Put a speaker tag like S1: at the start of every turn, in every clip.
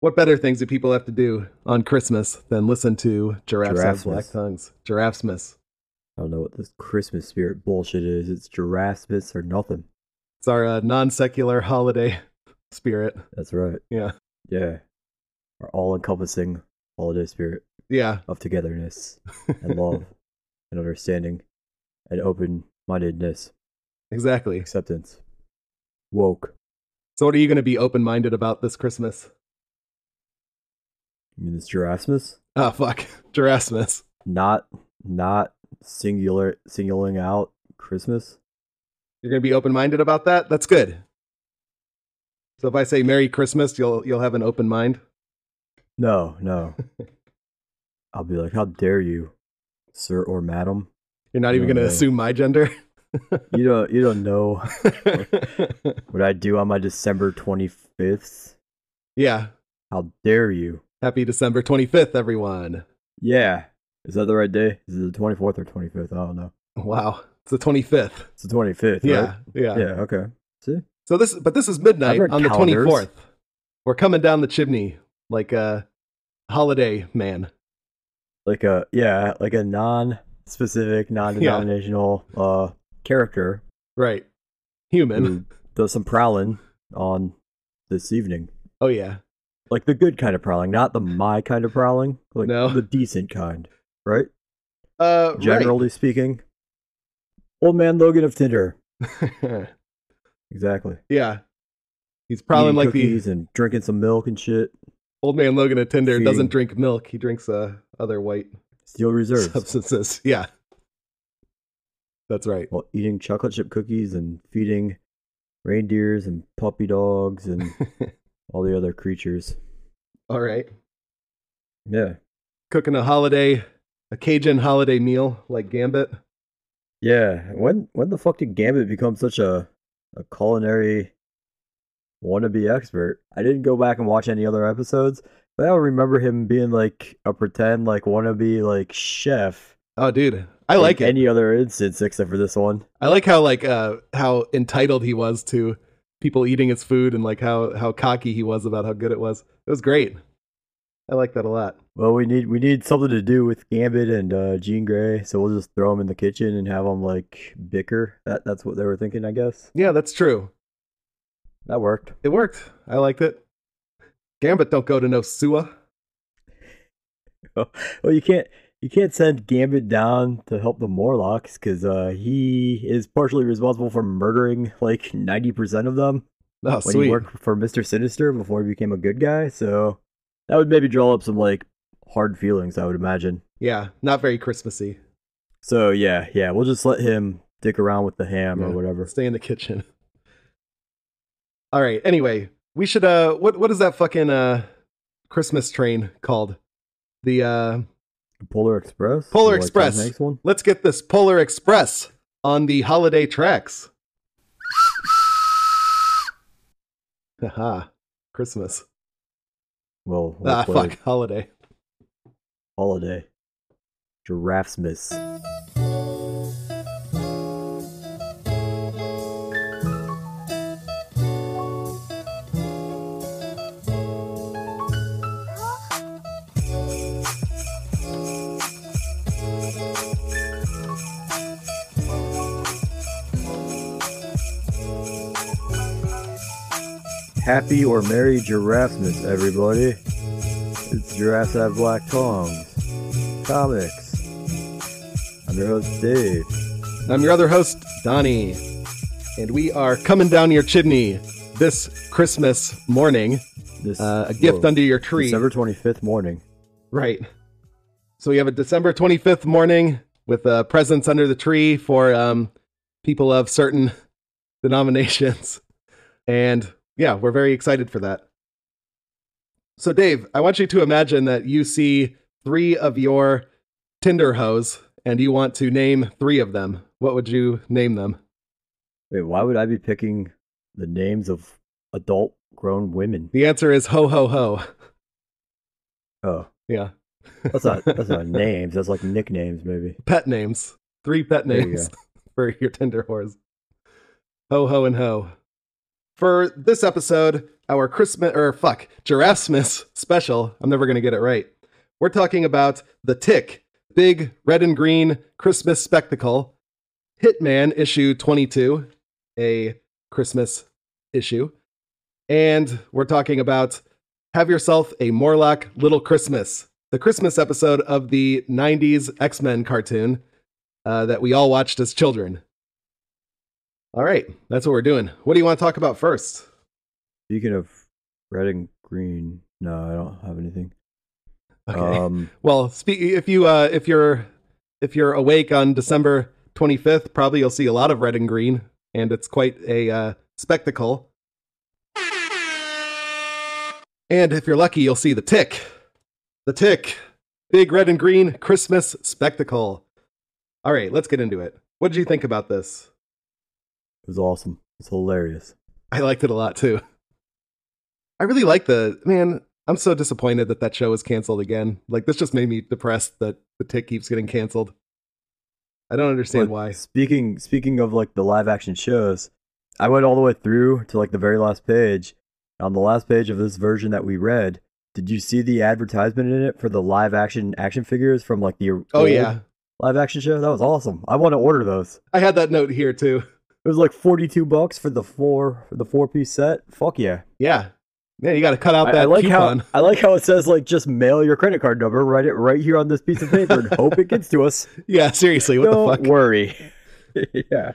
S1: What better things do people have to do on Christmas than listen to Giraffes Have
S2: Giraffes.
S1: Black Tongues? Giraffesmas.
S2: I don't know what this Christmas spirit bullshit is. It's Giraffesmas or nothing.
S1: It's our uh, non secular holiday spirit.
S2: That's right.
S1: Yeah.
S2: Yeah. Our all encompassing holiday spirit
S1: Yeah.
S2: of togetherness and love and understanding and open mindedness,
S1: Exactly.
S2: acceptance. Woke.
S1: So, what are you going to be open minded about this Christmas?
S2: I mean, it's Giraffesmas.
S1: Ah, fuck. Giraffesmas.
S2: Not, not singular, singling out Christmas.
S1: You're going to be open minded about that? That's good. So, if I say Merry Christmas, you'll, you'll have an open mind.
S2: No, no. I'll be like, how dare you, sir or madam?
S1: You're not even
S2: No,
S1: going to
S2: no.
S1: assume my gender.
S2: You don't, you don't know
S1: yeah.
S2: what I do on my December twenty fifth. How dare you?
S1: Happy December 25th, everyone.
S2: Yeah. Is that the right day? Is it the 24th or 25th? I don't know.
S1: Wow. It's the 25th.
S2: It's the 25th.
S1: Yeah, yeah.
S2: Right? Yeah. Okay. See?
S1: So this, but this is midnight
S2: I've read
S1: on the twenty
S2: calendars.
S1: fourth. We're coming down the chimney like a holiday man.
S2: Like a, yeah, like a non specific, non denominational uh, character
S1: Right. Human.
S2: who does some prowling on this evening.
S1: Oh yeah.
S2: Like the good kind of prowling, not the my kind of prowling. Like
S1: No.
S2: the decent kind, right?
S1: Uh,
S2: Generally speaking. Old man Logan of Tinder.
S1: right.
S2: Exactly.
S1: yeah. He's probably
S2: Eating
S1: like the
S2: cookies and drinking some milk and shit.
S1: old man Logan at Tinder.
S2: Feeding.
S1: Doesn't drink milk. He drinks uh, other white
S2: Steel reserves.
S1: substances. Yeah. That's right.
S2: while eating chocolate chip cookies and feeding reindeers and puppy dogs and all the other creatures.
S1: All right.
S2: Yeah.
S1: Cooking a holiday, a Cajun holiday meal like gambit.
S2: Yeah. When when the fuck did Gambit become such a a culinary wannabe expert? I didn't go back and watch any other episodes, but I remember him being like a pretend like wannabe like chef.
S1: Oh, dude, I like
S2: in
S1: it.
S2: any other instance except for this one.
S1: I like how like uh how entitled he was to people eating his food and like how how cocky he was about how good it was. It was great. I like that a lot.
S2: Well, we need we need something to do with Gambit and uh, Jean Grey, so we'll just throw them in the kitchen and have them like bicker. That that's what they were thinking, I guess.
S1: Yeah, that's true.
S2: That worked.
S1: It worked. I liked it. Gambit don't go to no sewer.
S2: Well, you can't you can't send Gambit down to help the Morlocks because uh, he is partially responsible for murdering like ninety percent of them
S1: Oh,
S2: when
S1: sweet.
S2: he worked for Mister Sinister before he became a good guy. So that would maybe draw up some like hard feelings, I would imagine.
S1: Yeah, not very Christmassy.
S2: So yeah, yeah, we'll just let him dick around with the ham or
S1: Yeah.
S2: whatever.
S1: Stay in the kitchen. All right. Anyway, we should uh what what is that fucking uh Christmas train called? The uh
S2: Polar Express.
S1: Polar
S2: Like the
S1: Express.
S2: next one.
S1: Let's get this Polar Express on the holiday tracks. Haha, Christmas.
S2: Well, we'll
S1: Ah,
S2: play
S1: fuck, holiday.
S2: holiday. Giraffes miss. Happy or merry giraffe miss, everybody. It's Giraffes Have Black Tongs. Comics. I'm your host, Dave.
S1: I'm your other host, Donnie, and we are coming down your chimney this Christmas morning.
S2: This
S1: Uh, a gift
S2: whoa,
S1: under your tree.
S2: December 25th morning.
S1: Right. So we have a December 25th morning with uh, presents under the tree for um, people of certain denominations. And yeah, we're very excited for that. So, Dave, I want you to imagine that you see three of your Tinder hoes and you want to name three of them. What would you name them?
S2: Wait, why would I be picking the names of adult grown women?
S1: The answer is ho, ho, ho.
S2: Oh,
S1: Yeah.
S2: that's not that's not names. That's like nicknames, maybe.
S1: pet names. Three pet
S2: There you
S1: names for your Tinder whores. Ho, ho, and ho. for this episode, our Christmas or fuck Giraffesmas special. I'm never gonna get it right. We're talking about the Tick, big red and green Christmas spectacle, Hitman issue 22, a Christmas issue, and we're talking about have yourself a Morlock Little Christmas, the Christmas episode of the 90s X Men cartoon uh, that we all watched as children. All right, that's what we're doing. What do you want to talk about first?
S2: Speaking of red and green, no, I don't have anything.
S1: Okay.
S2: Um,
S1: well, spe- if you uh, if you're if you're awake on December 25th, probably you'll see a lot of red and green, and it's quite a uh, spectacle. And if you're lucky, you'll see the tick, the tick, big red and green Christmas spectacle. All right, let's get into it. What did you think about this?
S2: it was awesome. It's hilarious.
S1: I liked it a lot too. I really like the man. I'm so disappointed that that show was canceled again. Like this just made me depressed that the tick keeps getting canceled. I don't understand
S2: But
S1: why.
S2: Speaking speaking of like the live action shows, I went all the way through to like the very last page. On the last page of this version that we read, did you see the advertisement in it for the live action action figures from like the
S1: Oh
S2: old
S1: yeah,
S2: live action show? That was awesome. I want to order those.
S1: I had that note here too.
S2: It was like forty two bucks for the four for the four piece set. Fuck yeah!
S1: Yeah, man, you got to cut out
S2: I,
S1: that
S2: I like
S1: coupon.
S2: how I like how it says like just mail your credit card number, write it right here on this piece of paper, and hope it gets to us.
S1: yeah, seriously, what
S2: Don't
S1: the fuck?
S2: worry. yeah.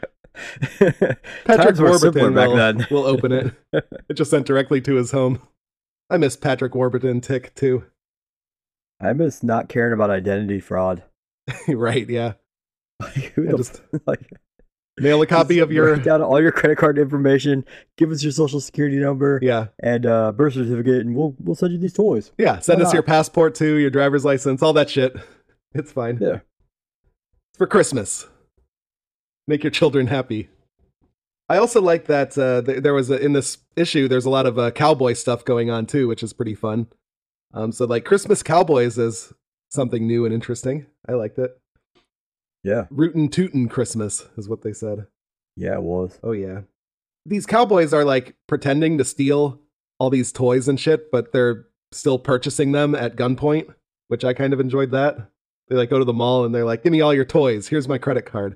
S1: Patrick
S2: Times were simpler
S1: Warburton
S2: back
S1: will,
S2: then.
S1: will open it. It just sent directly to his home. I miss Patrick Warburton tick too.
S2: I miss not caring about identity fraud.
S1: right? Yeah,
S2: Like, who
S1: Yeah,
S2: the
S1: just
S2: f- like,
S1: mail a copy
S2: just
S1: of your
S2: write down all your credit card information, give us your social security number
S1: yeah
S2: and uh, birth certificate, and we'll we'll send you these toys.
S1: Yeah, send
S2: Why
S1: us
S2: not?
S1: your passport too, your driver's license, all that shit. It's fine.
S2: Yeah.
S1: It's for Christmas. Make your children happy. I also like that uh, th- there was a, in this issue. There's a lot of uh, cowboy stuff going on too, which is pretty fun. Um, so like Christmas cowboys is something new and interesting. I liked it.
S2: Yeah,
S1: Rootin' tootin' Christmas is what they said.
S2: yeah, it was.
S1: Oh yeah. These cowboys are like pretending to steal all these toys and shit, but they're still purchasing them at gunpoint, which I kind of enjoyed that. They like go to the mall and they're like, "Give me all your toys. Here's my credit card."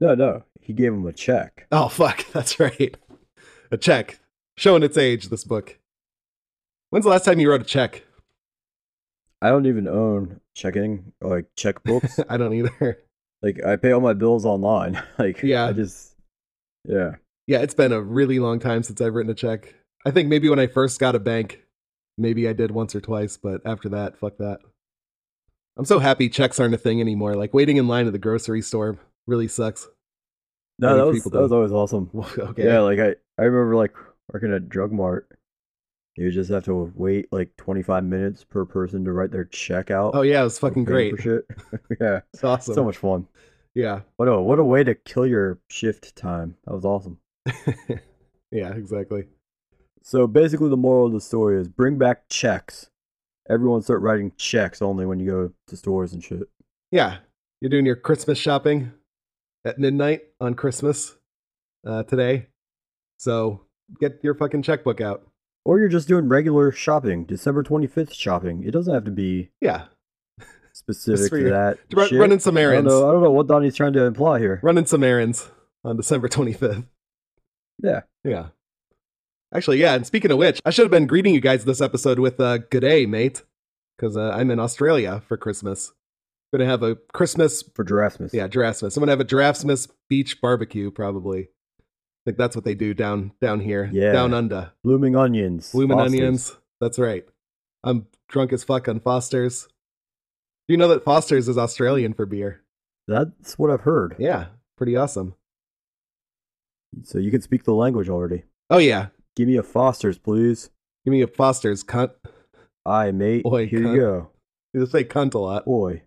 S2: No, no, he gave him a check.
S1: Oh fuck, that's right. A check showing its age this book. When's the last time you wrote a check?
S2: I don't even own checking like checkbooks.
S1: I don't either.
S2: like I pay all my bills online. Like
S1: Yeah.
S2: I just yeah.
S1: Yeah, it's been a really long time since I've written a check. I think maybe when I first got a bank, maybe I did once or twice, but after that, fuck that. I'm so happy checks aren't a thing anymore. Like waiting in line at the grocery store really sucks. I
S2: No,
S1: think
S2: that was
S1: people
S2: that was
S1: do.
S2: always awesome.
S1: okay.
S2: Yeah, like I, I remember like working at Drug Mart. You just have to wait like 25 minutes per person to write their check out.
S1: Oh yeah, it was
S2: for
S1: fucking
S2: paying
S1: great.
S2: for shit. yeah,
S1: It's awesome.
S2: so much fun.
S1: Yeah.
S2: What a what a way to kill your shift time. That was awesome.
S1: yeah, exactly.
S2: So basically, the moral of the story is bring back checks. Everyone start writing checks only when you go to stores and shit.
S1: Yeah. You're doing your Christmas shopping at midnight on Christmas uh, today. So get your fucking checkbook out.
S2: Or you're just doing regular shopping, December 25th shopping. It doesn't have to be
S1: Yeah.
S2: specific
S1: for
S2: to
S1: your-
S2: that.
S1: Run,
S2: shit.
S1: running some
S2: I don't
S1: errands.
S2: know. I don't know what Donnie's trying to imply here.
S1: running some errands on December 25th.
S2: Yeah.
S1: Yeah. Actually, yeah. And speaking of which, I should have been greeting you guys this episode with uh, good day, mate, because uh, I'm in Australia for Christmas. Gonna have a Christmas,
S2: For Giraffesmas.
S1: yeah, Giraffesmas. I'm gonna have a Giraffesmas beach barbecue, probably. I think that's what they do down down here,
S2: Yeah.
S1: down under.
S2: Blooming onions.
S1: Bloomin'
S2: Foster's.
S1: onions. That's right. I'm drunk as fuck on Foster's. Do you know that Foster's is Australian for beer?
S2: That's what I've heard.
S1: Yeah, pretty awesome.
S2: So you can speak the language already.
S1: Oh yeah,
S2: Give me a Foster's, please.
S1: give me a Foster's cunt.
S2: Aye, mate.
S1: Oi,
S2: Here
S1: cunt.
S2: you go.
S1: They say cunt a lot.
S2: Oi.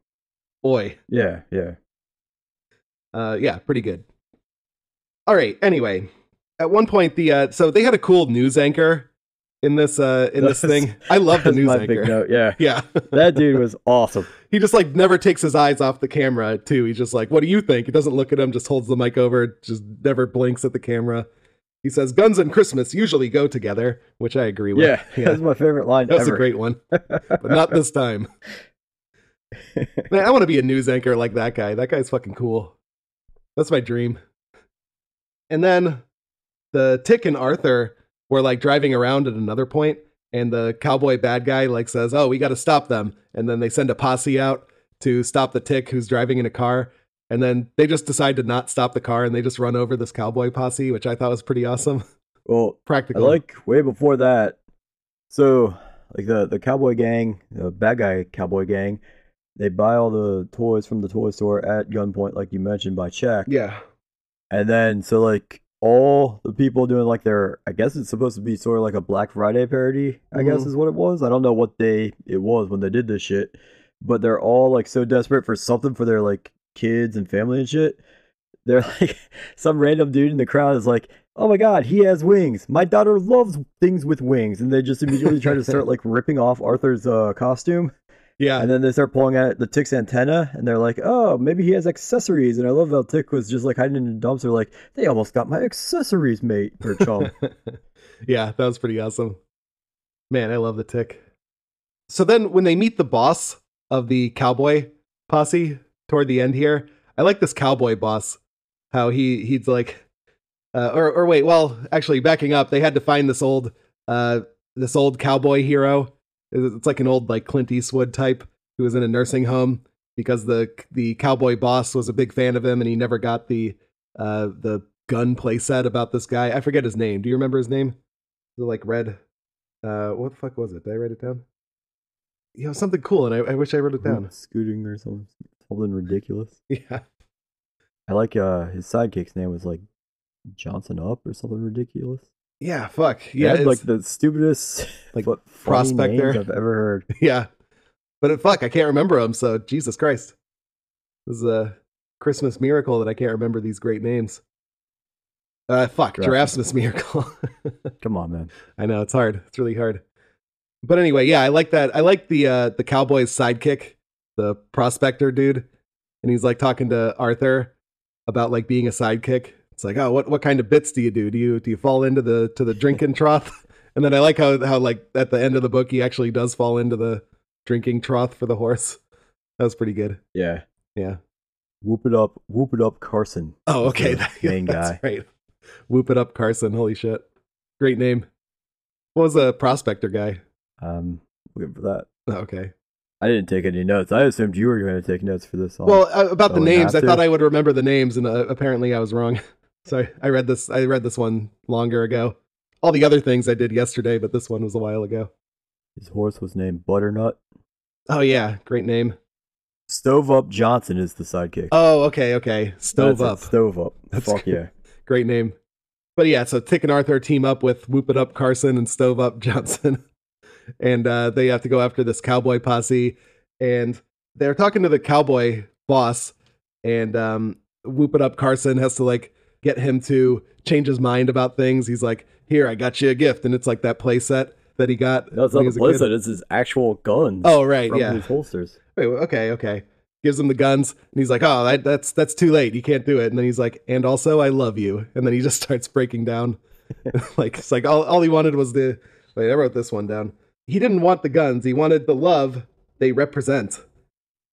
S1: Oi.
S2: Yeah, yeah.
S1: Uh, yeah, pretty good. All right. Anyway, at one point, the uh, so they had a cool news anchor in this uh, in this
S2: That's-
S1: thing. I love the
S2: That's
S1: news
S2: my big
S1: anchor.
S2: note. Yeah.
S1: Yeah,
S2: That dude was awesome.
S1: he just like never takes his eyes off the camera too. He's just like, "What do you think?" He doesn't look at him. Just holds the mic over. Just never blinks at the camera. He says guns and Christmas usually go together, which I agree with.
S2: Yeah, that's my favorite line
S1: That's
S2: ever.
S1: a great one, but not this time. Man, I want to be a news anchor like that guy. That guy's fucking cool. That's my dream. And then the Tick and Arthur were like driving around at another point, and the cowboy bad guy like says, "Oh, we got to stop them." And then they send a posse out to stop the Tick who's driving in a car. And then they just decide to not stop the car, and they just run over this cowboy posse, which I thought was pretty awesome.
S2: well, I
S1: Practical.
S2: like way before that. So, like the the cowboy gang, the bad guy cowboy gang, they buy all the toys from the toy store at gunpoint, like you mentioned by check.
S1: yeah.
S2: And then so like all the people doing like their I guess it's supposed to be sort of like a Black Friday parody, I guess
S1: Mhm.
S2: is what it was. I don't know what day it was when they did this shit. But they're all like so desperate for something for their like kids and family and shit. They're like some random dude in the crowd is like, Oh my god, he has wings. My daughter loves things with wings and they just immediately try to start like ripping off Arthur's uh costume.
S1: Yeah.
S2: And then they start pulling out the tick's antenna, and they're like, "Oh, maybe he has accessories." And I love how Tick was just like hiding in the dumpster, like they almost got my accessories, mate, or chum.
S1: yeah, that was pretty awesome. Man, I love the tick. So then when they meet the boss of the cowboy posse toward the end here, I like this cowboy boss. How he he's like uh, or or wait, well, actually backing up, they had to find this old uh this old cowboy hero. It's it's like an old like Clint Eastwood type who was in a nursing home because the the cowboy boss was a big fan of him and he never got the uh the gun playset about this guy. I forget his name. Do you remember his name? The like red. Uh, what the fuck was it? Did I write it down? You know something cool, and I, I wish I wrote it down.
S2: scooting or something, something ridiculous.
S1: Yeah,
S2: I like uh his sidekick's name was like Johnson Up or something ridiculous.
S1: yeah, fuck,
S2: They
S1: yeah,
S2: had, like
S1: like
S2: the stupidest
S1: like,
S2: like prospect
S1: prospector.
S2: I've ever heard.
S1: yeah. But it, fuck, I can't remember him. So Jesus Christ, this is a Christmas miracle that I can't remember these great names. Uh, fuck,
S2: Giraffes.
S1: Giraffesmas miracle.
S2: Come on, man.
S1: I know it's hard. It's really hard. But anyway, yeah, I like that. I like the uh the Cowboys sidekick, the prospector dude, and he's like talking to Arthur about like being a sidekick. It's like, oh, what what kind of bits do you do? Do you do you fall into the to the drinking trough? And then I like how how like at the end of the book he actually does fall into the drinking trough for the horse. That was pretty good.
S2: Yeah,
S1: Yeah.
S2: whoop it up, whoop it up, Carson.
S1: Oh,
S2: That's
S1: okay.
S2: the
S1: That-
S2: main
S1: that's
S2: guy.
S1: Right. Whoop it up, Carson. Holy shit. Great name. What was the prospector guy?
S2: Um, looking for that.
S1: Oh, okay.
S2: I didn't take any notes. I assumed you were going to take notes for this song.
S1: Well, uh, about the
S2: Probably
S1: names, I
S2: not
S1: thought
S2: to.
S1: I would remember the names, and uh, apparently I was wrong. So I, I read this. I read this one longer ago. All the other things I did yesterday, but this one was a while ago.
S2: His horse was named Butternut.
S1: Oh yeah, great name.
S2: Stove Up Johnson is the sidekick.
S1: Oh okay, okay. Stove
S2: That's it,
S1: up,
S2: Stove Up.
S1: That's
S2: Fuck
S1: good.
S2: yeah.
S1: great name. But yeah, so Tick and Arthur team up with Whoop It Up Carson and Stove Up Johnson, and uh, they have to go after this cowboy posse. And they're talking to the cowboy boss, and um, Whoop It Up Carson has to like get him to change his mind about things. He's like, "Here, I got you a gift," and it's like that play set that he got.
S2: No, it's
S1: when
S2: not
S1: he was
S2: a
S1: a
S2: blizzard.
S1: kid.
S2: It's his actual guns.
S1: Oh right,
S2: from
S1: yeah.
S2: his holsters.
S1: Wait, okay, okay. Gives him the guns, and he's like, "Oh, that, that's that's too late. You can't do it." And then he's like, "And also, I love you." And then he just starts breaking down. like it's like all all he wanted was the. Wait, I wrote this one down. He didn't want the guns. He wanted the love they represent.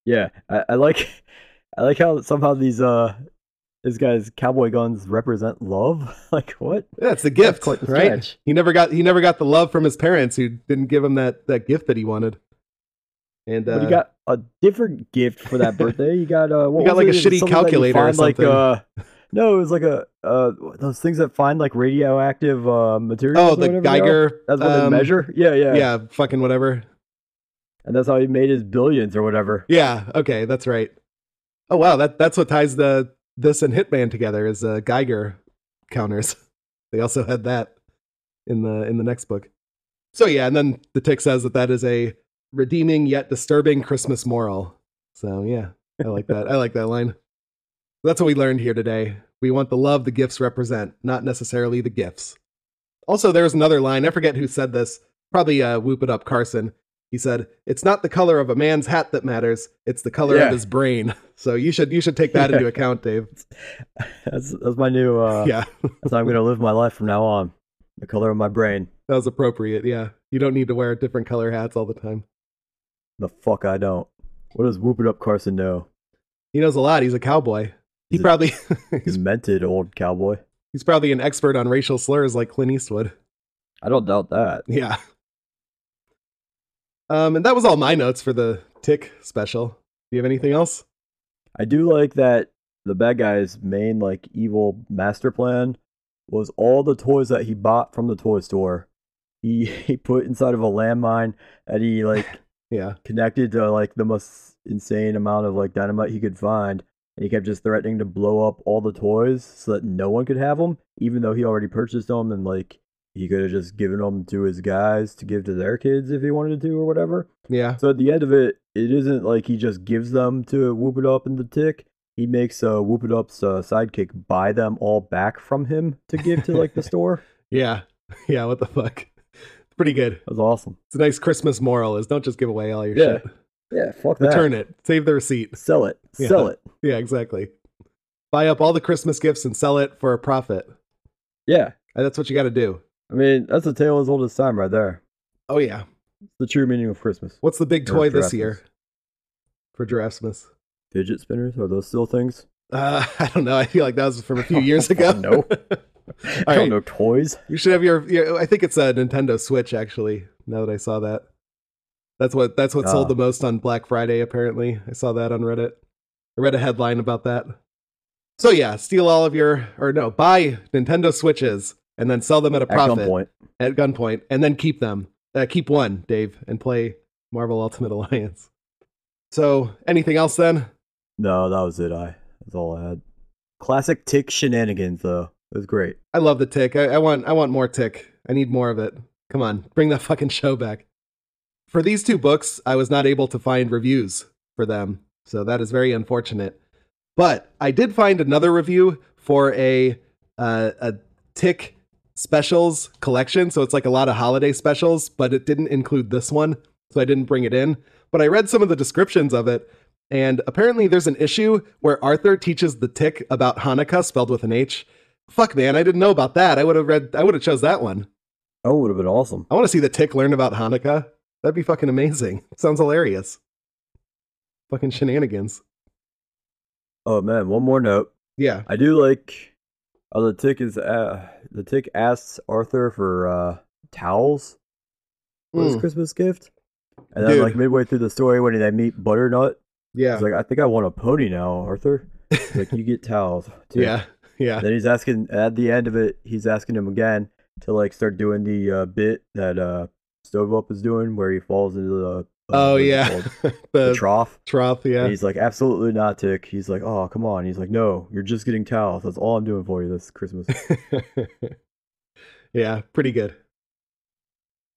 S2: Yeah, I, I like, I like how somehow these uh, this guy's cowboy guns represent love. like what?
S1: That's the gift,
S2: quite the
S1: right?
S2: stretch.
S1: He never got he never got the love from his parents who didn't give him that that gift that he wanted. And uh,
S2: but he got a different gift for that birthday. You got uh, what
S1: You got,
S2: was
S1: like,
S2: it?
S1: a
S2: It
S1: shitty
S2: was something that you
S1: calculator or
S2: find, like,
S1: something.
S2: uh, no, it was like a uh, those things that find like radioactive uh materials.
S1: oh
S2: or
S1: the
S2: whatever they are.
S1: Geiger.
S2: That's what
S1: um,
S2: they measure. Yeah, yeah,
S1: Yeah, fucking whatever.
S2: And that's how he made his billions or whatever.
S1: Yeah. Okay, that's right. Oh wow, that that's what ties the this and Hitman together is uh, Geiger counters. They also had that in the in the next book. So yeah, and then the tick says that that is a redeeming yet disturbing Christmas moral. So yeah, I like that. I like that line. That's what we learned here today. We want the love the gifts represent, not necessarily the gifts. Also, there was another line. I forget who said this. Probably uh, whoop it up Carson. He said, "It's not the color of a man's hat that matters; it's the color
S2: Yeah.
S1: of his brain." So you should you should take that into account, Dave.
S2: That's that's my new. Uh,
S1: yeah,
S2: That's how I'm gonna live my life from now on. The color of my brain.
S1: that was appropriate. Yeah, you don't need to wear different color hats all the time.
S2: The fuck I don't. What does Whoop It Up Carson know?
S1: He knows a lot. He's a cowboy. He
S2: He's a-
S1: probably
S2: He's mented old cowboy.
S1: he's probably an expert on racial slurs like Clint Eastwood.
S2: I don't doubt that.
S1: Yeah. Um, and that was all my notes for the Tick special. Do you have anything else?
S2: I do like that the bad guy's main like evil master plan was all the toys that he bought from the toy store. He he put inside of a landmine and he like
S1: Yeah.
S2: connected to like the most insane amount of like dynamite he could find. And he kept just threatening to blow up all the toys so that no one could have them, even though he already purchased them and like he could have just given them to his guys to give to their kids if he wanted to or whatever.
S1: Yeah.
S2: So at the end of it, it isn't like he just gives them to Whoop It Up and the Tick. He makes uh, Whoop It Up's uh, sidekick buy them all back from him to give to like the store.
S1: Yeah. Yeah. What the fuck? Pretty good.
S2: That was awesome.
S1: It's a nice Christmas moral is don't just give away all your
S2: Yeah.
S1: shit.
S2: Yeah, fuck that.
S1: Return it. Save the receipt.
S2: Sell it.
S1: Yeah.
S2: Sell it.
S1: Yeah, exactly. Buy up all the Christmas gifts and sell it for a profit.
S2: Yeah.
S1: Uh, That's what you got to do.
S2: I mean, that's a tale as old as time right there.
S1: Oh, yeah.
S2: the true meaning of Christmas.
S1: What's the big
S2: Or
S1: toy this
S2: Giraffesmas.
S1: year for Giraffesmas?
S2: Fidget spinners are those still things?
S1: Uh, I don't know. I feel like that was from a few years ago.
S2: No. I don't
S1: right.
S2: know toys.
S1: You should have your, your. I think it's a Nintendo Switch. Actually, now that I saw that, that's what that's what sold
S2: Ah.
S1: the most on Black Friday. Apparently, I saw that on Reddit. I read a headline about that. So yeah, steal all of your or no, buy Nintendo Switches and then sell them at a
S2: At
S1: profit
S2: gunpoint,
S1: at gunpoint, and then keep them. Uh, keep one, Dave, and play Marvel Ultimate Alliance. So anything else then?
S2: no, that was it. I that's all I had. Classic tick shenanigans, though. It was great.
S1: I love the tick. I, I want I want more tick. I need more of it. Come on, bring that fucking show back. For these two books, I was not able to find reviews for them, so that is very unfortunate. But I did find another review for a uh, a tick specials collection. So it's like a lot of holiday specials, but it didn't include this one, so I didn't bring it in. But I read some of the descriptions of it, and apparently there's an issue where Arthur teaches the tick about Hanukkah, spelled with an H. Fuck, man, I didn't know about that. I would have read. I would have chose that one.
S2: Oh, would have been awesome.
S1: I want to see the tick learn about Hanukkah. That'd be fucking amazing. Sounds hilarious. Fucking shenanigans.
S2: Oh man, one more note.
S1: Yeah.
S2: I do like. Oh, the tick is uh, the tick asks Arthur for uh, towels for his
S1: Mm,
S2: Christmas gift, and then
S1: Dude.
S2: like midway through the story when they meet Butternut,
S1: yeah.
S2: he's like, "I think I want a pony now, Arthur." He's like, "You get towels." Tick."
S1: Yeah. Yeah.
S2: then he's asking at the end of it he's asking him again to like start doing the uh, bit that uh stove up is doing where he falls into the uh,
S1: Oh
S2: what is it
S1: yeah.
S2: called? the
S1: the
S2: trough
S1: trough.
S2: and
S1: Yeah.
S2: he's like absolutely not tick he's like oh come on he's like no you're just getting towels that's all i'm doing for you this christmas
S1: yeah. Pretty good.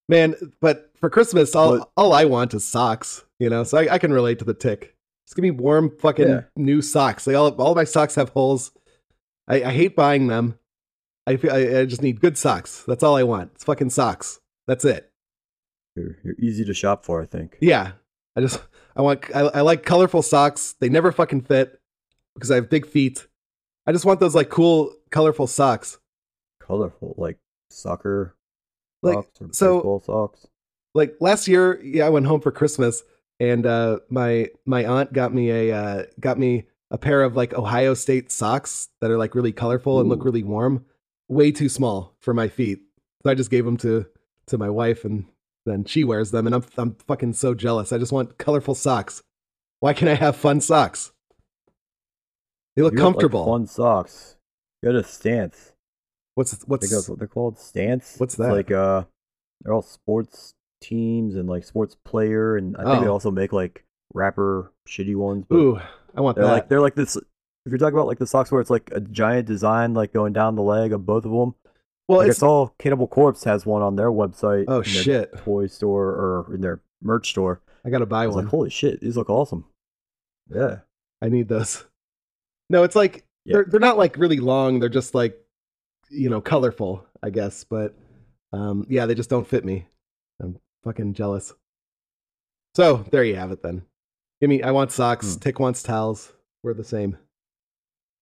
S1: Man, but for Christmas, all
S2: But-
S1: all I want is socks. You know, so I, I can relate to the tick. Just give me warm, fucking
S2: Yeah.
S1: new socks. Like all all my socks have holes. I, I hate buying them. I feel I, I just need good socks. That's all I want. It's fucking socks. That's it.
S2: you're, you're easy to shop for i think
S1: Yeah. I just I want I, I like colorful socks. They never fucking fit because I have big feet. I just want those like cool colorful socks.
S2: colorful like soccer
S1: Like,
S2: socks or
S1: so-
S2: baseball socks
S1: Like last year, yeah, I went home for Christmas and uh my my aunt got me a uh got me a pair of like Ohio State socks that are like really colorful and look
S2: Ooh.
S1: really warm. Way too small for my feet. So I just gave them to to my wife and then she wears them and I'm I'm fucking so jealous. I just want colorful socks. Why can't I have fun socks? They look
S2: You want, like,
S1: comfortable.
S2: fun socks you got a stance
S1: what's
S2: I think
S1: what's
S2: that's what they're called. Stance.
S1: What's
S2: It's
S1: that?
S2: like uh, they're all sports teams and like sports player, and I think they
S1: Oh.
S2: also make like rapper shitty ones. But
S1: ooh, I want
S2: they're
S1: that.
S2: like they're like this. If you're talking about like the socks where it's like a giant design like going down the leg of both of them,
S1: well,
S2: like
S1: it's
S2: it's all Cannibal Corpse has one on their website.
S1: oh
S2: in their
S1: shit.
S2: Toy store or in their merch store.
S1: I got to
S2: I
S1: buy
S2: was
S1: one.
S2: like, holy shit, these look awesome. Yeah.
S1: I need those. No, it's like
S2: Yeah.
S1: they're they're not like really long. They're just like you know colorful, I guess. But um, yeah, they just don't fit me. I'm fucking jealous. So there you have it then. Give me I want socks,
S2: Hmm.
S1: Tick wants towels. We're the same.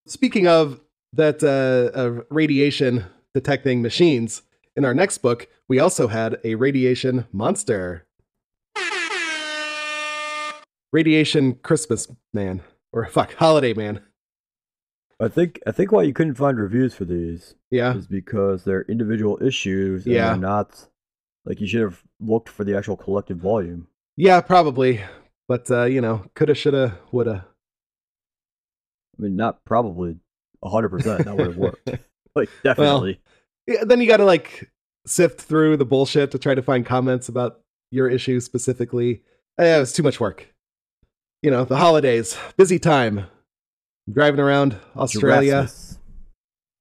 S1: Speaking of that uh, uh, radiation detecting machines, in our next book, we also had a radiation monster. Radiation Christmas man. Or fuck, holiday man.
S2: I think I think why you couldn't find reviews for these
S1: Yeah.
S2: is because they're individual issues and
S1: Uh. Yeah.
S2: they're not like you should have looked for the actual collective volume.
S1: Yeah, probably. But uh, you know, coulda, shoulda, woulda.
S2: I mean, not probably hundred percent. That would have worked. like definitely.
S1: Yeah, then you got to like sift through the bullshit to try to find comments about your issue specifically. Eh, it was too much work. You know, the holidays, busy time. driving around Australia,
S2: Giraffes.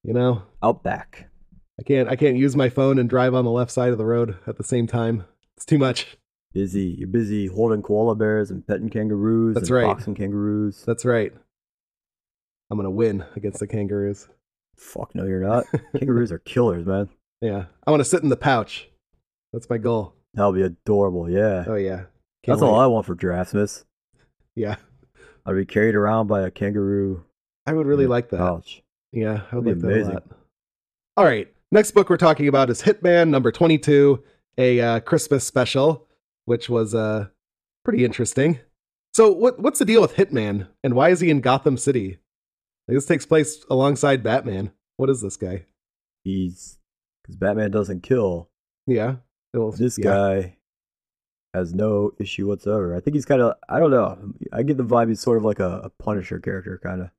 S1: you know.
S2: Outback.
S1: I can't I can't use my phone and drive on the left side of the road at the same time. It's too much.
S2: Busy. You're busy holding koala bears and petting kangaroos
S1: That's
S2: and
S1: right.
S2: boxing kangaroos.
S1: That's right. I'm going to win against the kangaroos.
S2: Fuck no, you're not. kangaroos are killers, man.
S1: Yeah. I want to sit in the pouch. That's my goal.
S2: That'll be adorable. Yeah.
S1: Oh yeah. Can't
S2: That's all
S1: wait.
S2: I want for giraffes. miss.
S1: Yeah.
S2: I'd be carried around by a kangaroo.
S1: I would really
S2: in a
S1: like that.
S2: pouch.
S1: Yeah, I would like
S2: Oh. That'd be
S1: that a
S2: amazing.
S1: lot. All right. Next book we're talking about is Hitman number 22, a uh, Christmas special, which was uh, pretty interesting. So, what, what's the deal with Hitman and why is he in Gotham City? Like, this takes place alongside Batman. What is this guy?
S2: He's because Batman doesn't kill.
S1: Yeah. Well,
S2: This
S1: yeah.
S2: guy has no issue whatsoever. I think he's kind of. I don't know. I get the vibe he's sort of like a, a Punisher character, kind of.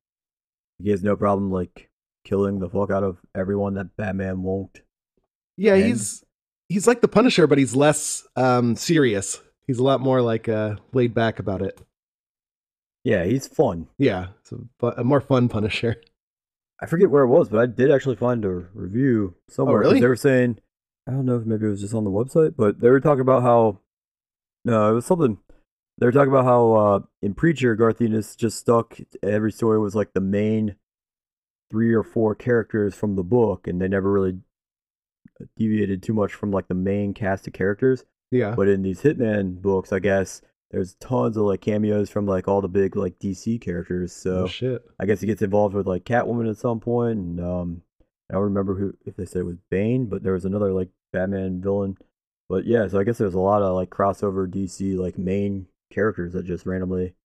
S2: He has no problem like killing the fuck out of everyone that Batman won't.
S1: Yeah,
S2: And-
S1: he's he's like the Punisher, but he's less um, serious. He's a lot more like uh, laid back about it.
S2: Yeah, he's fun.
S1: Yeah, so but a more fun Punisher.
S2: I forget where it was, but I did actually find a review somewhere. 'cause
S1: Oh, really?
S2: They were saying, I don't know if maybe it was just on the website, but they were talking about how, no, it was something. They were talking about how uh, in Preacher, Garth Ennis just stuck. Every story was like the main three or four characters from the book, and they never really deviated too much from like the main cast of characters.
S1: Yeah,
S2: But in these Hitman books, I guess there's tons of like cameos from like all the big like DC characters. So
S1: Oh, shit.
S2: I guess he gets involved with like Catwoman at some point, and um, I don't remember who if they said it was Bane, but there was another like Batman villain. But yeah, so I guess there's a lot of like crossover DC like main characters that just randomly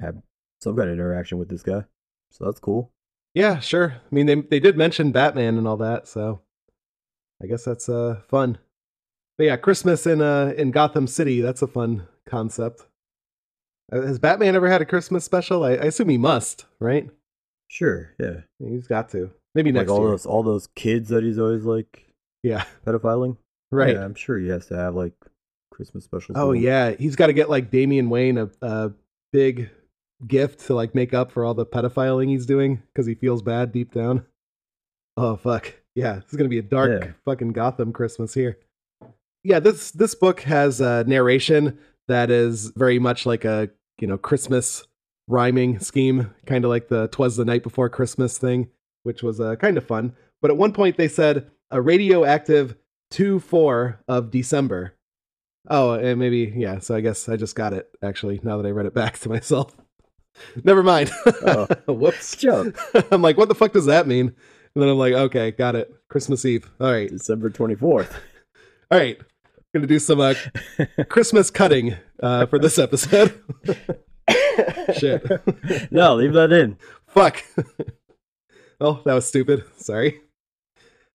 S2: have some kind of interaction with this guy. So that's cool.
S1: Yeah, sure. I mean, they they did mention Batman and all that, so I guess that's uh fun. But yeah, Christmas in uh in Gotham City, that's a fun concept. Uh, Has Batman ever had a Christmas special? I, I assume he must, right?
S2: Sure, yeah.
S1: He's got to. Maybe
S2: Like
S1: next
S2: all
S1: year.
S2: those all those kids that he's always like
S1: Yeah,
S2: pedophiling.
S1: right.
S2: Yeah, I'm sure he has to have like Christmas specials.
S1: Oh
S2: with him.
S1: yeah, he's got to get like Damian Wayne a, a big gift to like make up for all the pedophiling he's doing because he feels bad deep down. Oh fuck, yeah, this is gonna be a dark
S2: Yeah.
S1: fucking Gotham Christmas here. Yeah, this this book has uh, narration that is very much like a you know Christmas rhyming scheme, kind of like the "Twas the Night Before Christmas" thing, which was uh, kind of fun. But at one point they said a radioactive two four of December. Oh, and maybe yeah. So I guess I just got it actually. Now that I read it back to myself, never mind.
S2: Oh.
S1: Whoops.
S2: Joke.
S1: I'm like, what the fuck does that mean? And then I'm like, okay, got it. Christmas Eve. All right,
S2: December twenty fourth.
S1: all right. Gonna do some uh, Christmas cutting uh, for this episode. Shit.
S2: no, leave that in.
S1: fuck. oh, that was stupid. Sorry.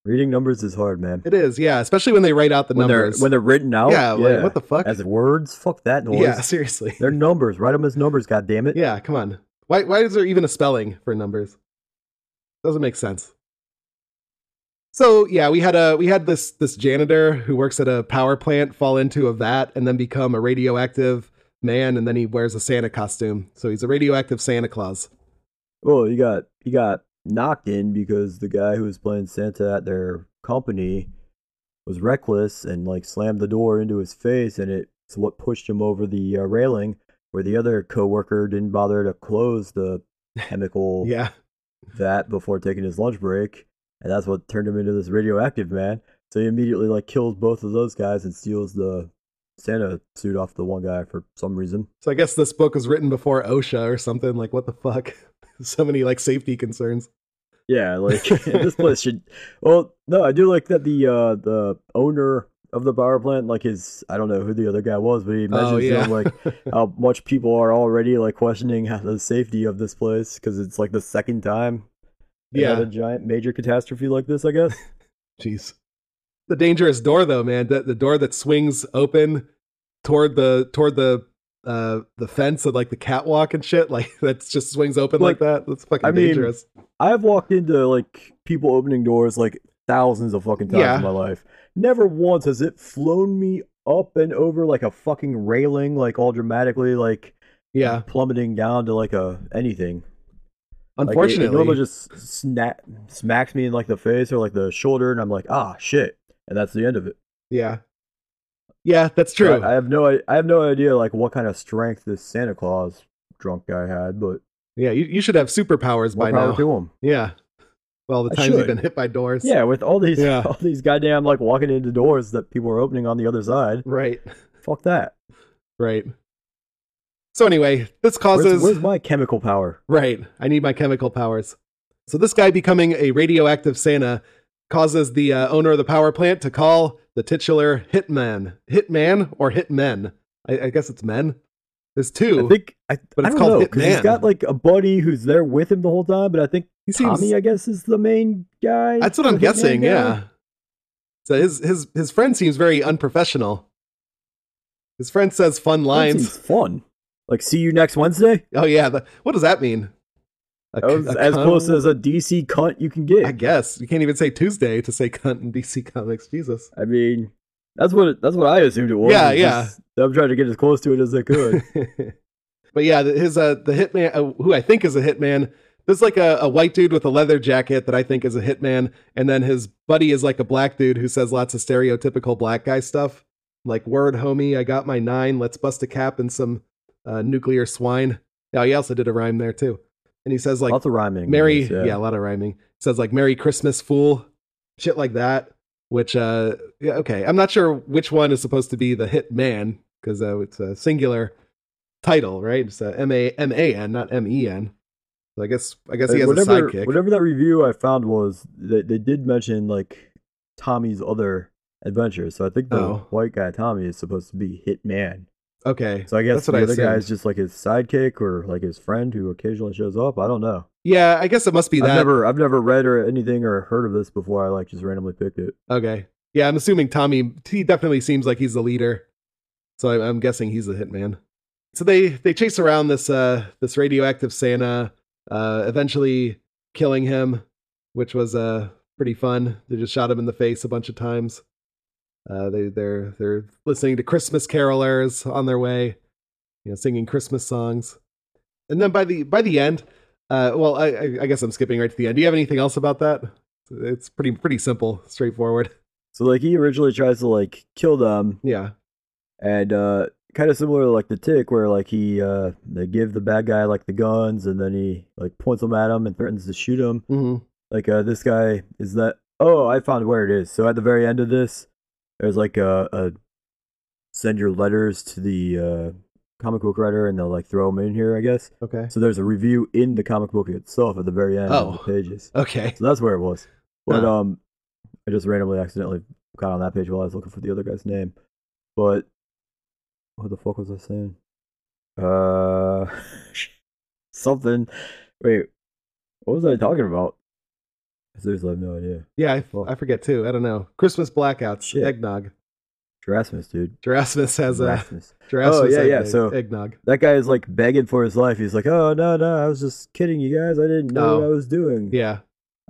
S2: Reading numbers is hard, man.
S1: It is. Yeah, especially when they write out the
S2: when
S1: numbers.
S2: they're when they're written out.
S1: yeah, like, what the fuck?
S2: Oh, As words, fuck that noise.
S1: yeah, seriously.
S2: They're numbers. Write them as numbers. God damn it.
S1: Yeah, come on. Why why is there even a spelling for numbers? Doesn't make sense. So yeah, we had a we had this this janitor who works at a power plant fall into a vat and then become a radioactive man and then he wears a Santa costume. So he's a radioactive Santa Claus.
S2: Well, you got you got knocked in because the guy who was playing Santa at their company was reckless and like slammed the door into his face, and it's what pushed him over the uh, railing. Where the other coworker didn't bother to close the chemical
S1: Yeah.
S2: that before taking his lunch break, and that's what turned him into this radioactive man. So he immediately like kills both of those guys and steals the Santa suit off the one guy for some reason.
S1: So I guess this book was written before OSHA or something. Like, what the fuck? so many like safety concerns.
S2: Yeah, like this place should. Well, no, I do like that the uh the owner of the power plant, like his, I don't know who the other guy was, but he mentions
S1: Oh
S2: to
S1: yeah,
S2: him, like how much people are already like questioning how the safety of this place because it's like the second time they had
S1: yeah.
S2: a giant major catastrophe like this. I guess.
S1: Jeez, the dangerous door though, man. That the door that swings open toward the toward the uh the fence and like the catwalk and shit. Like that just swings open like, that. That's fucking
S2: I mean,
S1: dangerous.
S2: I've walked into like people opening doors like thousands of fucking times
S1: Yeah.
S2: in my life. Never once has it flown me up and over like a fucking railing, like all dramatically, like
S1: Yeah,
S2: plummeting down to like a anything. Like, it-
S1: unfortunately,
S2: it, normally just snap smacks me in like the face or like the shoulder, and I'm like, ah, shit, and that's the end of it.
S1: yeah, yeah. That's
S2: So
S1: true.
S2: I, I have no, I, I have no idea like what kind of strength this Santa Claus drunk guy had, but
S1: yeah, you, you should have superpowers by
S2: more power
S1: now.
S2: to him.
S1: Yeah, well, the
S2: I
S1: times you've
S2: should.
S1: been hit by doors.
S2: Yeah, with all these,
S1: Yeah.
S2: all these goddamn like walking into doors that people are opening on the other side.
S1: right,
S2: Fuck that.
S1: right. So anyway, this
S2: Where's,
S1: causes
S2: where's my chemical power?
S1: Right. I need my chemical powers. So this guy becoming a radioactive Santa causes the uh, owner of the power plant to call the titular hitman, hitman or hitmen. I, I guess it's men. There's two.
S2: I think I,
S1: but
S2: I
S1: it's
S2: don't
S1: called
S2: know because he's
S1: Hitman.
S2: got like a buddy who's there with him the whole time. But I think
S1: he seems.
S2: Tommy, I guess, is the main guy.
S1: that's what
S2: the
S1: I'm
S2: hitman
S1: guessing.
S2: guy.
S1: Yeah. So his his his friend seems very unprofessional. His friend says fun
S2: That
S1: lines.
S2: seems fun. Like, see you next Wednesday.
S1: oh yeah. The, what does that mean? A
S2: That
S1: c-
S2: was
S1: a
S2: as
S1: cunt?
S2: close as a DC cunt you can
S1: I
S2: get.
S1: guess you can't even say Tuesday to say cunt in DC Comics. Jesus.
S2: I mean, that's what that's what I assumed it was.
S1: Yeah,
S2: It's
S1: yeah.
S2: just- I'm trying to get as close to it as I could.
S1: but yeah, th- his uh, the hitman uh, who I think is a hitman. There's like a, a white dude with a leather jacket that I think is a hitman, and then his buddy is like a black dude who says lots of stereotypical black guy stuff, like "word homie, I got my nine, let's bust a cap and some uh, nuclear swine." Yeah, he also did a rhyme there too, and he says like
S2: Lots of rhyming. in
S1: Merry,
S2: this,
S1: yeah. a lot of rhyming. says like Merry Christmas, fool, shit like that. Which, uh, yeah, okay, I'm not sure which one is supposed to be the hit man because uh, it's a singular title, right? It's M A M A N, not M E N. So I guess I guess he has
S2: Uh, whatever,
S1: a sidekick.
S2: whatever that review I found was, they, they did mention like Tommy's other adventures. So I think the
S1: Oh.
S2: white guy Tommy is supposed to be Hitman.
S1: Okay,
S2: So I guess
S1: That's what
S2: the
S1: I
S2: other guy
S1: assumed.
S2: is just like his sidekick or like his friend who occasionally shows up. I don't know.
S1: yeah, I guess it must be that.
S2: I've never I've never read or anything or heard of this before. I like just randomly picked it.
S1: Okay, yeah, I'm assuming Tommy. He definitely seems like he's the leader, so I'm, I'm guessing he's the hitman. So they they chase around this uh this radioactive Santa, uh, eventually killing him, which was uh pretty fun. They just shot him in the face a bunch of times. Uh, they they're they're listening to Christmas carolers on their way, you know, singing Christmas songs, and then by the by the end, uh, well, I I I guess I'm skipping right to the end. Do you have anything else about that? It's pretty pretty simple, straightforward.
S2: So like he originally tries to like kill them
S1: Yeah.
S2: and uh kind of similar to like the tick where like he uh they give the bad guy like the guns and then he like points them at him and threatens to shoot him.
S1: hmm
S2: Like uh this guy is that oh I found where it is. So at the very end of this there's like a, a send your letters to the uh comic book writer and they'll like throw them in here I guess.
S1: Okay.
S2: So there's a review in the comic book itself at the very end
S1: Oh.
S2: of the pages.
S1: Okay.
S2: So that's where it was. But
S1: Huh.
S2: um I just randomly accidentally got on that page while I was looking for the other guy's name. But what the fuck was I saying? Uh something. Wait, what was I talking about? I seriously have no idea.
S1: Yeah, I,
S2: Well-
S1: I forget too. I don't know. Christmas blackouts,
S2: Shit.
S1: eggnog.
S2: Erasmus, dude.
S1: Gerasmus has a
S2: Erasmus.
S1: Gerasmus
S2: Oh, yeah,
S1: has
S2: yeah,
S1: egg-
S2: so-
S1: eggnog.
S2: That guy is like begging for his life. He's like, "Oh no, no, I was just kidding, you guys. I didn't know what
S1: Oh.
S2: I was doing.
S1: Yeah.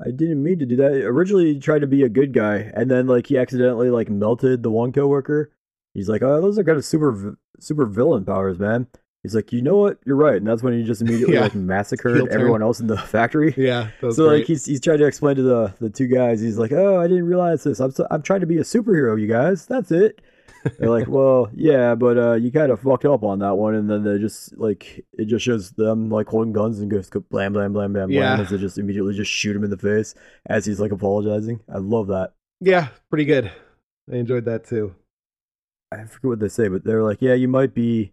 S2: I didn't mean to do that. Originally, he tried to be a good guy, and then like he accidentally like melted the one coworker. He's like, "Oh, those are kind of super vi- super villain powers, man." He's like, "You know what? You're right." And that's when he just immediately
S1: Yeah.
S2: like
S1: Heel
S2: massacred
S1: turn.
S2: everyone else in the factory.
S1: Yeah. That was
S2: So like
S1: great.
S2: he's he's trying to explain to the the two guys. He's like, "Oh, I didn't realize this. I'm so, I'm trying to be a superhero, you guys. That's it." They're like, "Well, yeah, but uh, you kind of fucked up on that one." And then they just like it just shows them like holding guns and goes blam blam blam blam
S1: Yeah.
S2: blam as they just immediately just shoot him in the face as he's like apologizing. I love that.
S1: yeah, pretty good. I enjoyed that too.
S2: I forget what they say, but they're like, yeah, you might be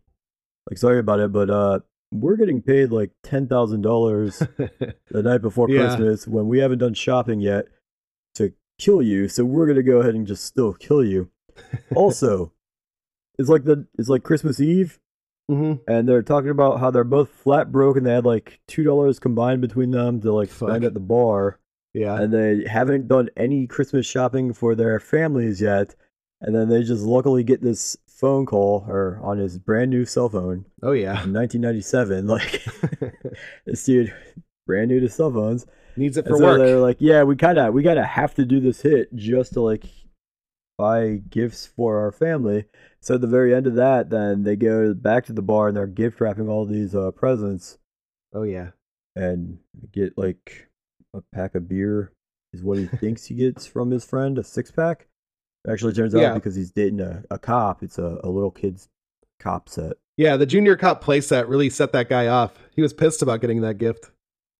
S2: like sorry about it, but uh, we're getting paid like ten thousand dollars the night before
S1: Yeah.
S2: Christmas when we haven't done shopping yet to kill you. So we're gonna go ahead and just still kill you. Also, it's like the it's like Christmas Eve,
S1: hmm
S2: and they're talking about how they're both flat broke and they had like two dollars combined between them to like
S1: Fuck.
S2: spend at the bar
S1: Yeah.
S2: and they haven't done any Christmas shopping for their families yet. And then they just luckily get this phone call or on his brand new cell phone
S1: Oh yeah.
S2: in 1997. Like, this dude, brand new to cell phones.
S1: Needs it
S2: And
S1: for
S2: so they're
S1: work.
S2: like, yeah, we kind of, we got to have to do this hit just to like buy gifts for our family. So at the very end of that, then they go back to the bar and they're gift wrapping all these uh, presents
S1: Oh yeah.
S2: and get like a pack of beer is what he thinks he gets from his friend, a six pack. Actually, turns
S1: Yeah.
S2: out because he's dating a, a cop, it's a, a little kid's cop set.
S1: Yeah, the junior cop playset really set that guy off. He was pissed about getting that gift.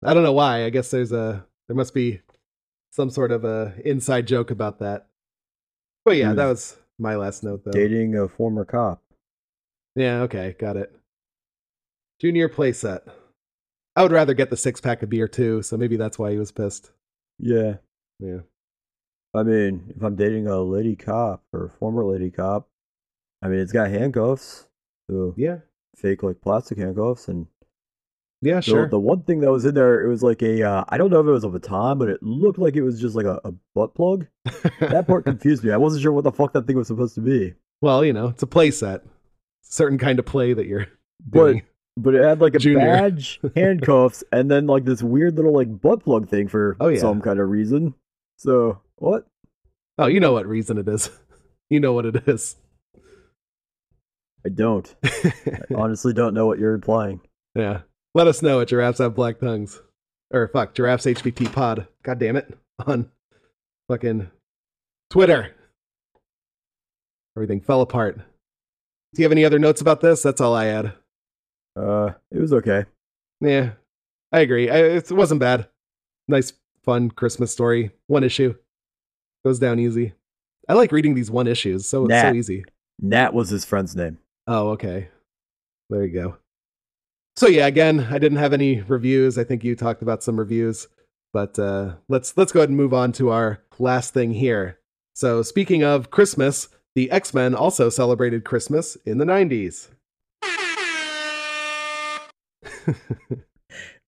S1: I don't know why. I guess there's a there must be some sort of a inside joke about that. But yeah,
S2: He
S1: that was my last note though.
S2: Dating a former cop.
S1: Yeah, okay, got it. Junior playset. I would rather get the six pack of beer too, so maybe that's why he was pissed.
S2: Yeah.
S1: Yeah.
S2: I mean, if I'm dating a lady cop or a former lady cop, I mean, it's got handcuffs, so
S1: Yeah.
S2: fake like plastic handcuffs. And
S1: Yeah,
S2: the,
S1: sure.
S2: the one thing that was in there, it was like a, uh, I don't know if it was a baton, but it looked like it was just like a, a butt plug. That part confused me. I wasn't sure what the fuck that thing was supposed to be.
S1: well, you know, it's a playset. Certain kind of play that you're
S2: But
S1: doing.
S2: but it had like a
S1: Junior.
S2: badge, handcuffs, and then like this weird little like butt plug thing for
S1: Oh, yeah.
S2: some kind of reason. So what?
S1: Oh, you know what reason it is. You know what it is.
S2: I don't. I honestly don't know what you're implying.
S1: Yeah. Let us know at Giraffes Have Black Tongues. Or fuck, Giraffes HBT Pod. God damn it. On fucking Twitter. Everything fell apart. Do you have any other notes about this? That's all I had.
S2: Uh, it was okay.
S1: Yeah. I agree. I, it wasn't bad. Nice, fun Christmas story. One issue. Goes down easy. I like reading these one issues. So it's so
S2: Nah.
S1: easy.
S2: Nat was his friend's name.
S1: Oh, okay. There you go. So yeah, again, I didn't have any reviews. I think you talked about some reviews, but uh, let's let's go ahead and move on to our last thing here. So speaking of Christmas, the X Men also celebrated Christmas in the '90s.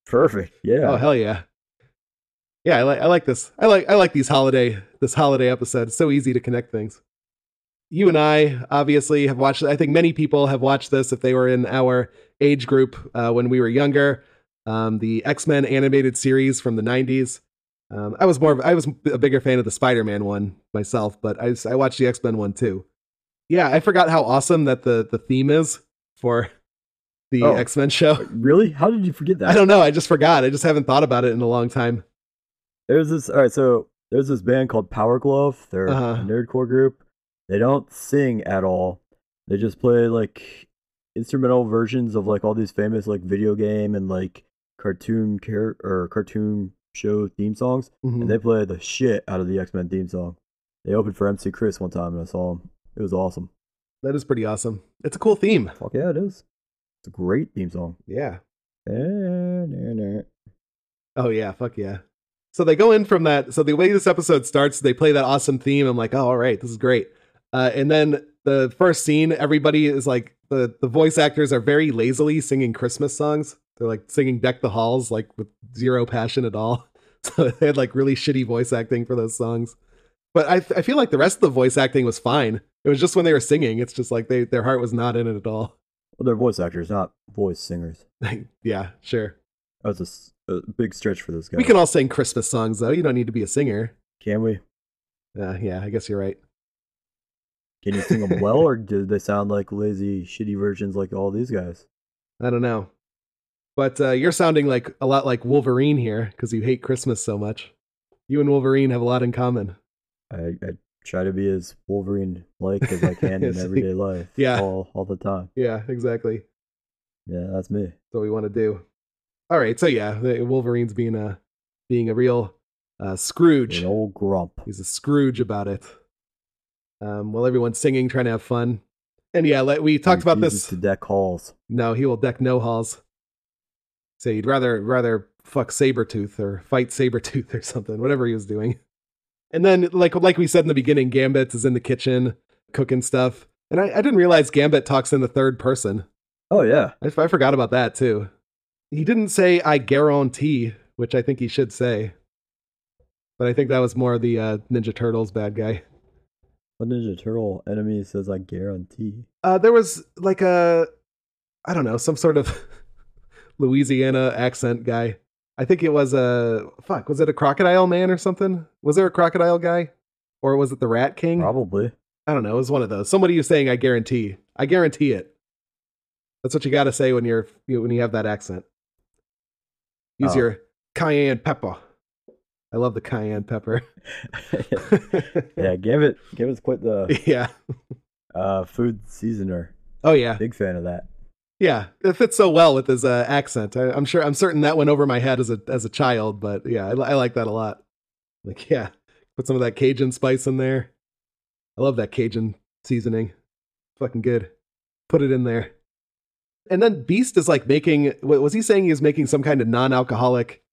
S2: Perfect. Yeah.
S1: Oh hell yeah, yeah. I like I like this. I like I like these holiday this holiday episode. It's so easy to connect things. You and I obviously have watched. I think many people have watched this if they were in our age group uh, when we were younger. Um, the X Men animated series from the '90s. Um, I was more. Of, I was a bigger fan of the Spider Man one myself, but I I watched the X Men one too. Yeah, I forgot how awesome that the the theme is for the
S2: Oh.
S1: X Men show.
S2: really? How did you forget that?
S1: I don't know. I just forgot. I just haven't thought about it in a long time.
S2: There's this. All right. So there's this band called Power Glove. They're
S1: Uh-huh.
S2: a nerdcore group. They don't sing at all. They just play like instrumental versions of like all these famous like video game and like cartoon care or cartoon show theme songs.
S1: Mm-hmm.
S2: And they play the shit out of the X Men theme song. They opened for MC Chris one time, and I saw him. It was awesome.
S1: That is pretty awesome. It's a cool theme.
S2: Fuck yeah, it is. It's a great theme song.
S1: Yeah.
S2: Eh, nah, nah.
S1: Oh yeah. Fuck yeah. So they go in from that. So the way this episode starts, they play that awesome theme. I'm like, oh, all right, this is great. Uh, and then the first scene, everybody is like, the the voice actors are very lazily singing Christmas songs. They're like singing "Deck the Halls" like with zero passion at all. So they had like really shitty voice acting for those songs. But I I feel like the rest of the voice acting was fine. It was just when they were singing, it's just like they their heart was not in it at all.
S2: Well, they're voice actors, not voice singers.
S1: yeah, sure.
S2: That was a s- a, big stretch for this guy.
S1: We can all sing Christmas songs though. You don't need to be a singer.
S2: Can we?
S1: Uh, yeah, I guess you're right.
S2: Can you sing them well, or do they sound like lazy, shitty versions like all these guys?
S1: I don't know. But uh, you're sounding like a lot like Wolverine here because you hate Christmas so much. You and Wolverine have a lot in common.
S2: I, I try to be as Wolverine like as I can in
S1: See?
S2: everyday life.
S1: Yeah.
S2: All, all the time.
S1: Yeah, exactly. That's
S2: Yeah, that's me.
S1: what we want to do. All right, so yeah, the- Wolverine's being a being a real uh, Scrooge.
S2: An old grump.
S1: He's a Scrooge about it. Um, while everyone's singing, trying to have fun, And yeah, like we talked about
S2: refuses
S1: this.
S2: to deck halls.
S1: No, he will deck no halls. So you'd rather rather fuck Sabretooth or fight Sabretooth or something, whatever he was doing. And then like like we said in the beginning, Gambit is in the kitchen cooking stuff. And I, I didn't realize Gambit talks in the third person.
S2: Oh yeah,
S1: I, I forgot about that too. He didn't say I guarantee, which I think he should say. But I think that was more the uh, Ninja Turtles bad guy.
S2: a Ninja Turtle enemy says I guarantee.
S1: Uh, there was like a, I don't know, some sort of Louisiana accent guy. I think it was a fuck. Was it a crocodile man or something? Was there a crocodile guy, or was it the Rat King?
S2: Probably.
S1: I don't know. It was one of those. Somebody was saying, "I guarantee, I guarantee it." That's what you got to say when you're you, when you have that accent. Use
S2: Oh.
S1: your cayenne pepper. I love the cayenne pepper.
S2: yeah, Gambit. Gambit's quite the
S1: yeah.
S2: uh, food seasoner.
S1: Oh yeah.
S2: Big fan of that.
S1: Yeah, it fits so well with his uh, accent. I, I'm sure, I'm certain that went over my head as a as a child, but yeah, I, li- I like that a lot. Like, yeah, put some of that Cajun spice in there. I love that Cajun seasoning. Fucking good. Put it in there. And then Beast is like making. wa- Was he saying he was making some kind of non-alcoholic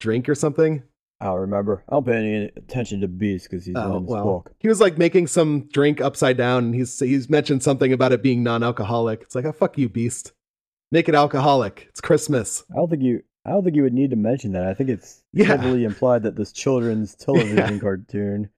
S1: drink or something?
S2: I don't remember. I don't pay any attention to Beast because he's
S1: Oh
S2: on his
S1: well,
S2: walk.
S1: he was like making some drink upside down, and he's he's mentioned something about it being non-alcoholic. It's like, oh fuck you, Beast. Make it alcoholic. It's Christmas.
S2: I don't think you. I don't think you would need to mention that. I think it's
S1: Yeah.
S2: heavily implied that this children's television cartoon,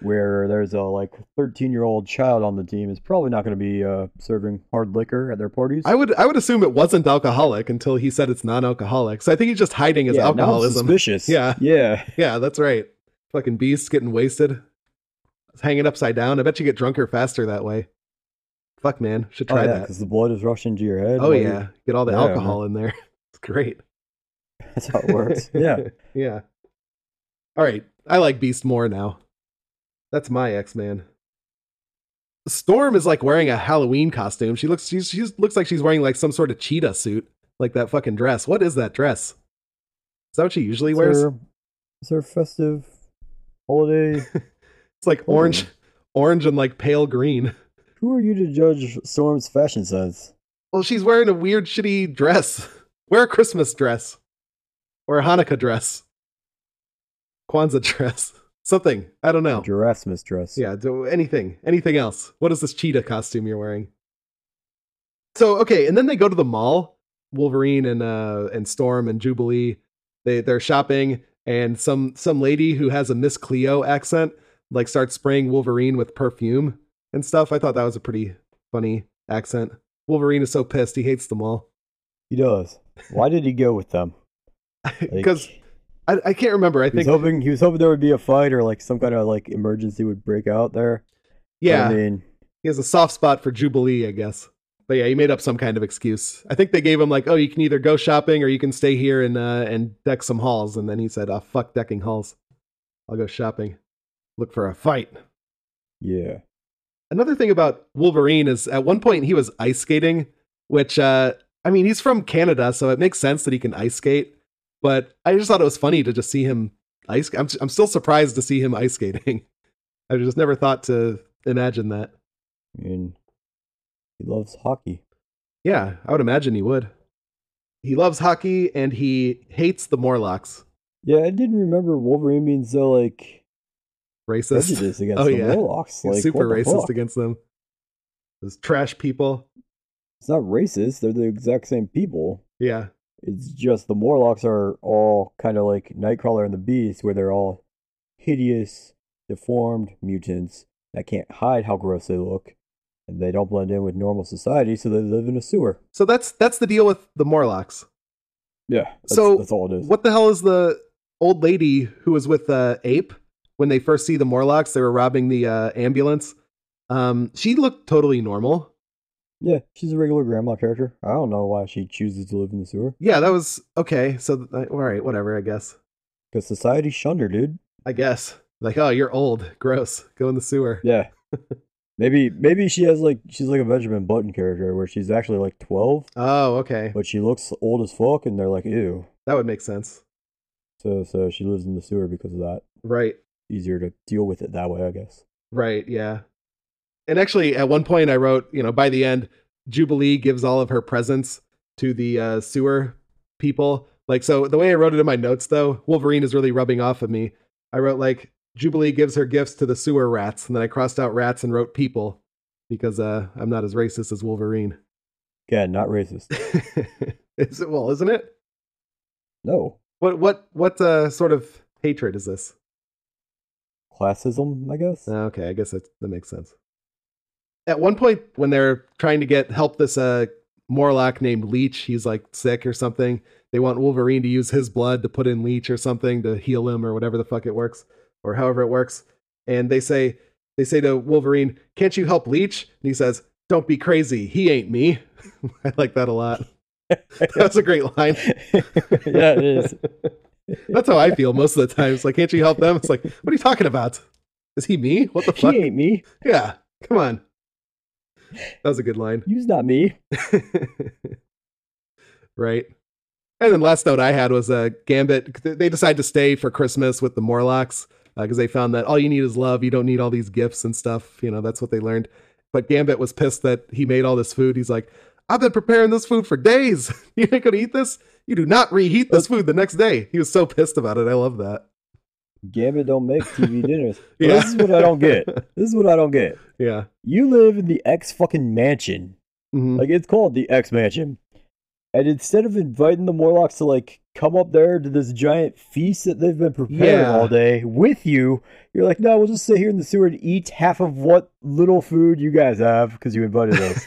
S2: where there's a like 13 year old child on the team, is probably not going to be uh, serving hard liquor at their parties.
S1: I would I would assume it wasn't alcoholic until he said it's non-alcoholic. So I think he's just hiding his
S2: yeah, now I'm
S1: alcoholism.
S2: Suspicious.
S1: Yeah.
S2: Yeah.
S1: Yeah, that's right. Fucking beast getting wasted, hanging upside down. I bet you get drunker faster that way. Fuck man, should
S2: Oh
S1: try
S2: yeah,
S1: that.
S2: because the blood is rushing to your head.
S1: Oh
S2: while you-
S1: yeah, get all the
S2: Yeah,
S1: alcohol in there. It's great.
S2: that's how it works. yeah.
S1: yeah. All right, I like Beast more now. That's my X Man. Storm is like wearing a Halloween costume. She looks she's she looks like she's wearing like some sort of cheetah suit, like that fucking dress. What is that dress? Is that what she usually
S2: Is
S1: wears?
S2: there- is there festive holiday?
S1: It's like
S2: Oh.
S1: orange, orange and like pale green.
S2: Who are you to judge Storm's fashion sense?
S1: Well, she's wearing a weird shitty dress. Wear a Christmas dress or a Hanukkah dress, Kwanzaa dress, something. I don't know.
S2: Giraffe's mistress.
S1: Oh. Yeah, do anything, anything else. What is this cheetah costume you're wearing? So okay, and then they go to the mall. Wolverine and uh and Storm and Jubilee, they they're shopping, and some some lady who has a Miss Cleo accent like starts spraying Wolverine with perfume and stuff. I thought that was a pretty funny accent. Wolverine is so pissed he hates them all
S2: He does. Why did he go with them? Like,
S1: because I, I can't remember. I
S2: he was
S1: think
S2: hoping he was hoping there would be a fight or like some kind of like emergency would break out there. But,
S1: yeah.
S2: I mean,
S1: He has a soft spot for Jubilee, I guess. But yeah, he made up some kind of excuse. I think they gave him like, "Oh, you can either go shopping or you can stay here and uh, and deck some halls." And then he said, "Oh, fuck decking halls. I'll go shopping. Look for a fight."
S2: yeah.
S1: Another thing about Wolverine is at one point he was ice skating, which uh, I mean, he's from Canada, so it makes sense that he can ice skate. But I just thought it was funny to just see him ice. I'm I'm still surprised to see him ice skating. I just never thought to imagine that.
S2: I mean, he loves hockey.
S1: Yeah, I would imagine he would. He loves hockey and he hates the Morlocks.
S2: Yeah, I didn't remember Wolverine being so like
S1: Racist.
S2: prejudiced against
S1: Oh,
S2: the
S1: yeah.
S2: Warlocks.
S1: He's
S2: Like,
S1: super
S2: what the
S1: racist
S2: fuck?
S1: against them. Those trash people.
S2: It's not racist. They're the exact same people.
S1: Yeah.
S2: It's just the Morlocks are all kind of like Nightcrawler and the Beast, where they're all hideous, deformed mutants that can't hide how gross they look, and they don't blend in with normal society, so they live in a sewer.
S1: So that's that's the deal with the Morlocks.
S2: Yeah. That's,
S1: So,
S2: that's all it is.
S1: What the hell is the old lady who was with uh, Ape when they first see the Morlocks? They were robbing the uh, ambulance. Um, she looked totally normal.
S2: Yeah, she's a regular grandma character. I don't know why she chooses to live in the sewer
S1: Yeah, that was okay. So uh, all right, whatever. I guess.
S2: because society shunned her, dude.
S1: I guess. Like, oh, you're old. Gross. Go in the sewer.
S2: Yeah. Maybe maybe she has like she's like a Benjamin Button character where she's actually like twelve,
S1: Oh, okay.
S2: but she looks old as fuck, and they're like, ew.
S1: That would make sense.
S2: So so she lives in the sewer because of that.
S1: Right,
S2: Easier to deal with it that way, I guess.
S1: right, yeah. and actually, at one point, I wrote, you know, by the end, Jubilee gives all of her presents to the uh, sewer people. Like, so the way I wrote it in my notes, though, Wolverine is really rubbing off of me. I wrote, like, Jubilee gives her gifts to the sewer rats. And then I crossed out rats and wrote people because uh, I'm not as racist as Wolverine.
S2: Yeah, not racist.
S1: is it? Well, isn't it?
S2: No.
S1: What, what, what uh, sort of hatred is this?
S2: Classism, I guess.
S1: Okay, I guess that, that makes sense. At one point, when they're trying to get help this uh, Morlock named Leech, he's like sick or something. They want Wolverine to use his blood to put in Leech or something to heal him or whatever the fuck it works or however it works. And they say they say to Wolverine, "Can't you help Leech?" And he says, "Don't be crazy. He ain't me." I like that a lot. That's a great line.
S2: yeah, it is.
S1: That's how I feel most of the time. It's like, can't you help them? It's like, what are you talking about? Is he me? What the
S2: He
S1: fuck?
S2: ain't me.
S1: Yeah, come on. That was a good line.
S2: You's not me.
S1: right. And then last note I had was uh, Gambit. They decide to stay for Christmas with the Morlocks because they found that all you need is love. You don't need all these gifts and stuff. You know, that's what they learned. But Gambit was pissed that he made all this food. He's like, I've been preparing this food for days. you ain't going to eat this? You do not reheat this food the next day. He was so pissed about it. I love that.
S2: Gambit don't make TV dinners. But
S1: Yeah.
S2: This is what I don't get. This is what I don't get.
S1: Yeah.
S2: You live in the X fucking mansion.
S1: Mhm.
S2: Like it's called the X Mansion. And instead of inviting the Morlocks to like come up there to this giant feast that they've been preparing
S1: Yeah.
S2: all day with you, you're like, no, we'll just sit here in the sewer and eat half of what little food you guys have because you invited us.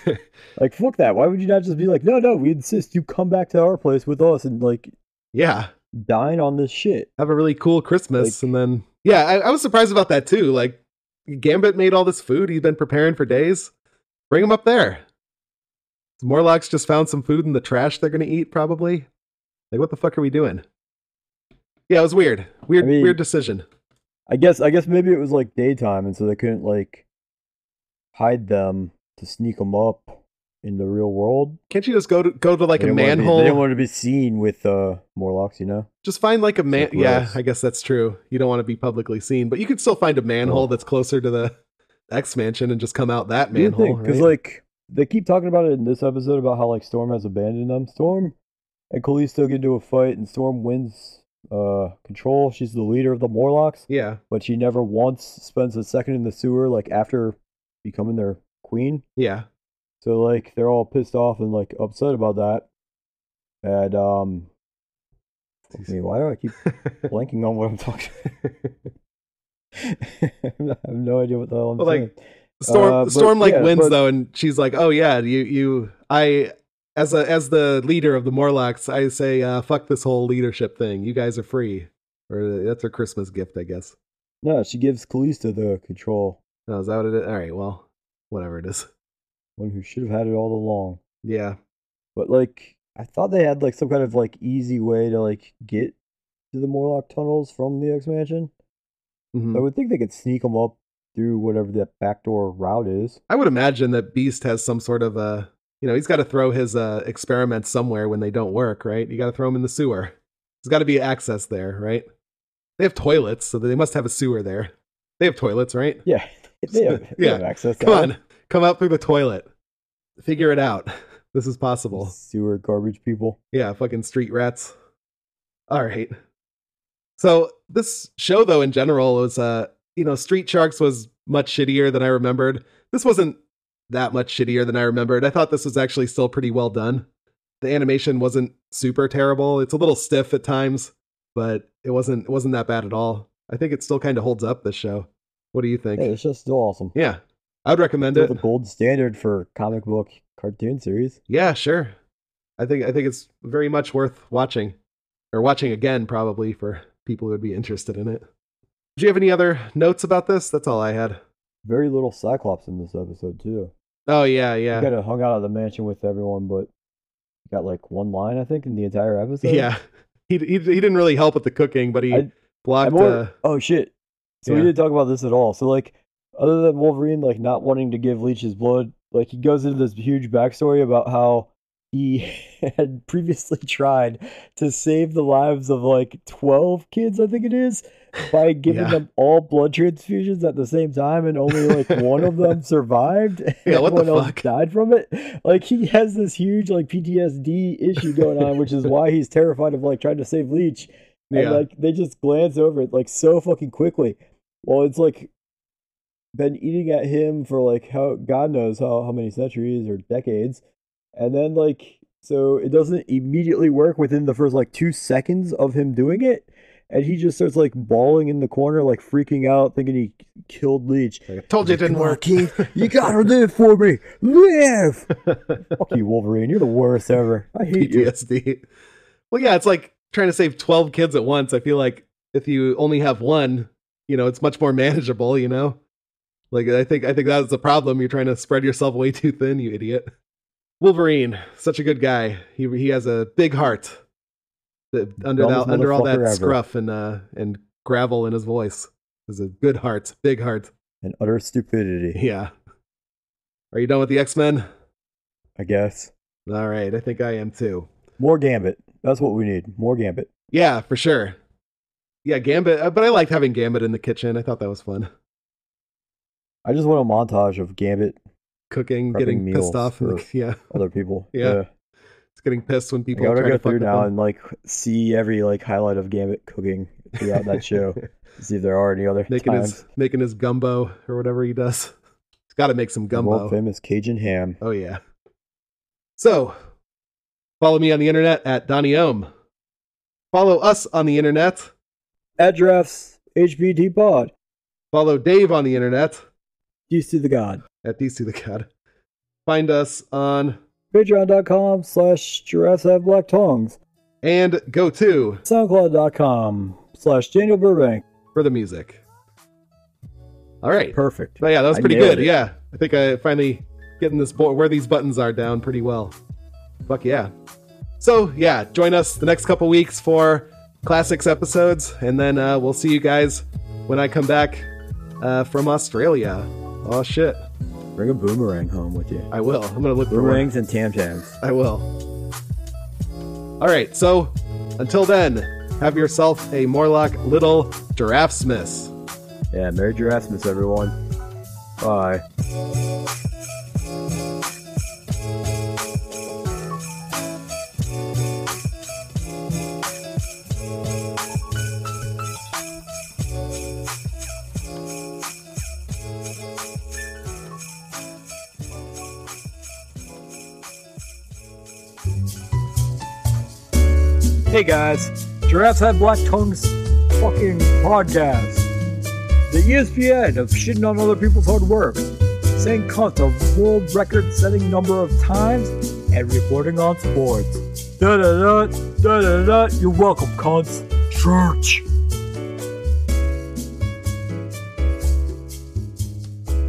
S2: like, fuck that. Why would you not just be like, no, no, we insist you come back to our place with us and like
S1: yeah.
S2: dine on this shit.
S1: have a really cool Christmas. and then, yeah, I, I was surprised about that too. Like, Gambit made all this food he's been preparing for days. Bring him up there. The Morlocks just found some food in the trash they're going to eat, probably. Like, what the fuck are we doing? Yeah, it was weird. Weird,
S2: I mean-
S1: weird decision.
S2: I guess I guess maybe it was like daytime, and so they couldn't like hide them to sneak them up in the real world.
S1: Can't you just go to go to like a
S2: They didn't wanna be-
S1: manhole?
S2: They didn't want to be seen with uh, Morlocks, you know.
S1: Just find like a man.
S2: Like
S1: yeah,
S2: gross.
S1: I guess that's true. You don't want to be publicly seen, but you could still find a manhole
S2: Oh.
S1: that's closer to the X mansion and just come out that
S2: You would
S1: manhole.
S2: think, because
S1: right?
S2: like they keep talking about it in this episode about how like Storm has abandoned them. Storm and Callisto get into a fight, and Storm wins uh control. She's the leader of the Morlocks,
S1: yeah,
S2: but she never once spends a second in the sewer. Like after becoming their queen,
S1: yeah,
S2: So like they're all pissed off and like upset about that. And um fuck me, why do I keep blanking on what I'm talking I have no idea what the hell I'm
S1: Well,
S2: saying.
S1: like, Storm
S2: Uh, but-
S1: Storm like
S2: yeah,
S1: wins
S2: but-
S1: though, and she's like, "Oh yeah, you you I as a as the leader of the Morlocks, I say uh, fuck this whole leadership thing. You guys are free." Or uh, that's her Christmas gift, I guess.
S2: no, she gives Kalista the control.
S1: Oh, is that what it is? All right, well, whatever it is.
S2: One who should have had it all along.
S1: Yeah,
S2: But like I thought they had like some kind of like easy way to like get to the Morlock tunnels from the X Mansion.
S1: Mhm.
S2: I would think they could sneak them up through whatever that backdoor route is.
S1: I would imagine that Beast has some sort of uh, you know, he's got to throw his uh experiments somewhere when they don't work, right? You got to throw them in the sewer. There's got to be access there, right? They have toilets, so they must have a sewer there. They have toilets, right?
S2: Yeah, they have, they
S1: Yeah,
S2: have access. to
S1: Come
S2: that.
S1: on, come out through the toilet. Figure it out. This is possible.
S2: Sewer garbage people.
S1: Yeah, fucking street rats. All right. So this show, though, in general, was uh, you know, Street Sharks was much shittier than I remembered. This wasn't that much shittier than I remembered. I thought this was actually still pretty well done. The animation wasn't super terrible. It's a little stiff at times, but it wasn't it wasn't that bad at all. I think it still kind of holds up. This show. What do you think?
S2: Yeah,
S1: Yeah,
S2: it's just still awesome.
S1: I would recommend
S2: Still
S1: it.
S2: the gold standard for comic book cartoon series.
S1: Yeah, sure. I think I think it's very much worth watching, or watching again probably for people who would be interested in it. Do you have any other notes about this? That's all I had.
S2: Very little Cyclops in this episode too.
S1: Oh yeah,
S2: He
S1: yeah,
S2: kind of hung out at the mansion with everyone, but he got like one line I think in the entire episode.
S1: yeah. He, he he didn't really help with the cooking, but he
S2: I- I
S1: blocked.
S2: more-
S1: uh,
S2: oh shit! So
S1: Yeah.
S2: we didn't talk about this at all. So like, other than Wolverine like not wanting to give Leech his blood, like he goes into this huge backstory about how he had previously tried to save the lives of like 12 kids, I think it is, by giving
S1: Yeah.
S2: them all blood transfusions at the same time, and only like one of them survived. and
S1: Yeah, what the
S2: everyone else
S1: fuck?
S2: Died from it. Like he has this huge like PTSD issue going on, which is why he's terrified of like trying to save Leech.
S1: Yeah.
S2: And like they just glance over it like so fucking quickly. Well, it's like been eating at him for like how God knows how how many centuries or decades, and then like so it doesn't immediately work within the first like two seconds of him doing it, and he just starts like bawling in the corner, like freaking out, thinking he killed Leech.
S1: Like, told you it didn't
S2: Come on,
S1: work.
S2: Keith. You gotta live for me. Live. Fuck you, Wolverine. You're the worst ever. I hate you.
S1: PTSD. Well, yeah, it's like trying to save 12 kids at once. I feel like if you only have one, you know, it's much more manageable, you know? Like I think I think that's the problem. You're trying to spread yourself way too thin, you idiot. Wolverine, such a good guy. He he has a big heart. The- under
S2: Dumbest
S1: that, under all that
S2: motherfucker ever.
S1: scruff and uh and gravel in his voice. Is a good heart, big heart.
S2: And utter stupidity.
S1: Yeah. Are you done with the X-Men?
S2: I guess
S1: All right, I think I am too.
S2: more Gambit. That's what we need. More Gambit.
S1: Yeah, for sure. Yeah, Gambit. uh, But I liked having Gambit in the kitchen. I thought that was fun.
S2: I just want a montage of Gambit
S1: Cooking,
S2: Prepping
S1: getting
S2: meals
S1: pissed off. and, like, yeah,
S2: other people.
S1: Yeah. it's getting pissed when
S2: I
S1: people
S2: gotta
S1: try
S2: go
S1: to fuck
S2: through
S1: with
S2: now
S1: them.
S2: and like see every like highlight of Gambit cooking throughout that show. to see if there are any other
S1: making
S2: times.
S1: his making his gumbo or whatever he does. He's got to make some
S2: World
S1: gumbo.
S2: famous Cajun ham.
S1: Oh yeah. So, follow me on the internet at Donny Ohm. Follow us on the internet.
S2: Address HBD Pod.
S1: Follow Dave on the internet
S2: DC the God.
S1: at DC the God. Find us on
S2: Patreon.com slash giraffes have black tongues.
S1: and go to
S2: Soundcloud.com slash Daniel Burbank.
S1: for the music. All right.
S2: Perfect.
S1: But yeah, that was
S2: I
S1: pretty
S2: nailed
S1: good.
S2: it.
S1: Yeah, I think I finally getting this bo- where these buttons are down pretty well. Fuck yeah! So yeah, join us the next couple weeks for classics episodes, and then uh, we'll see you guys when I come back uh, from Australia. Oh shit,
S2: Bring a boomerang home with you.
S1: I will. I'm gonna look for one.
S2: Boomerangs and tam tams.
S1: I will. All right. So until then, have yourself a Morlock Little Giraffe Smith.
S2: Yeah, Merry Giraffesmas, everyone. Bye. Hey guys, Giraffes Have Black Tongues fucking podcast. The E ESPN of shitting on other people's hard work, saying cunt a world record setting number of times, and reporting on sports. Da da da, da da da, you're welcome, cunts. Church.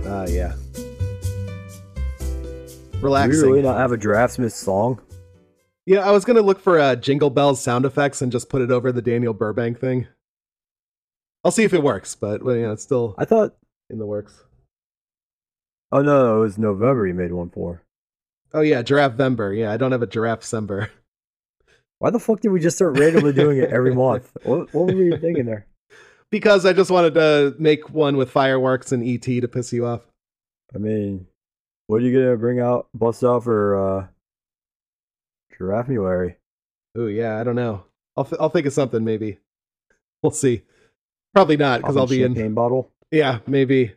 S1: Ah yeah. Relaxing.
S2: not have a Draftsmith song?
S1: Yeah, I was gonna look for uh, jingle bells sound effects and just put it over the Daniel Burbank thing. I'll see if it works, but well, you know, it's still
S2: I thought,
S1: in the works.
S2: oh no, it was November you made one for.
S1: Oh yeah, giraffe Vember. Yeah, I don't have a giraffe Sember.
S2: Why the fuck did we just start randomly doing it every month? What, what were we thinking there?
S1: because I just wanted to make one with fireworks and ET to piss you off.
S2: I mean, what are you gonna bring out, bust out for uh, Giraffemuary?
S1: Oh yeah, I don't know. I'll th- I'll think of something maybe. We'll see. Probably not because I'll be in.
S2: champagne bottle.
S1: Yeah, maybe.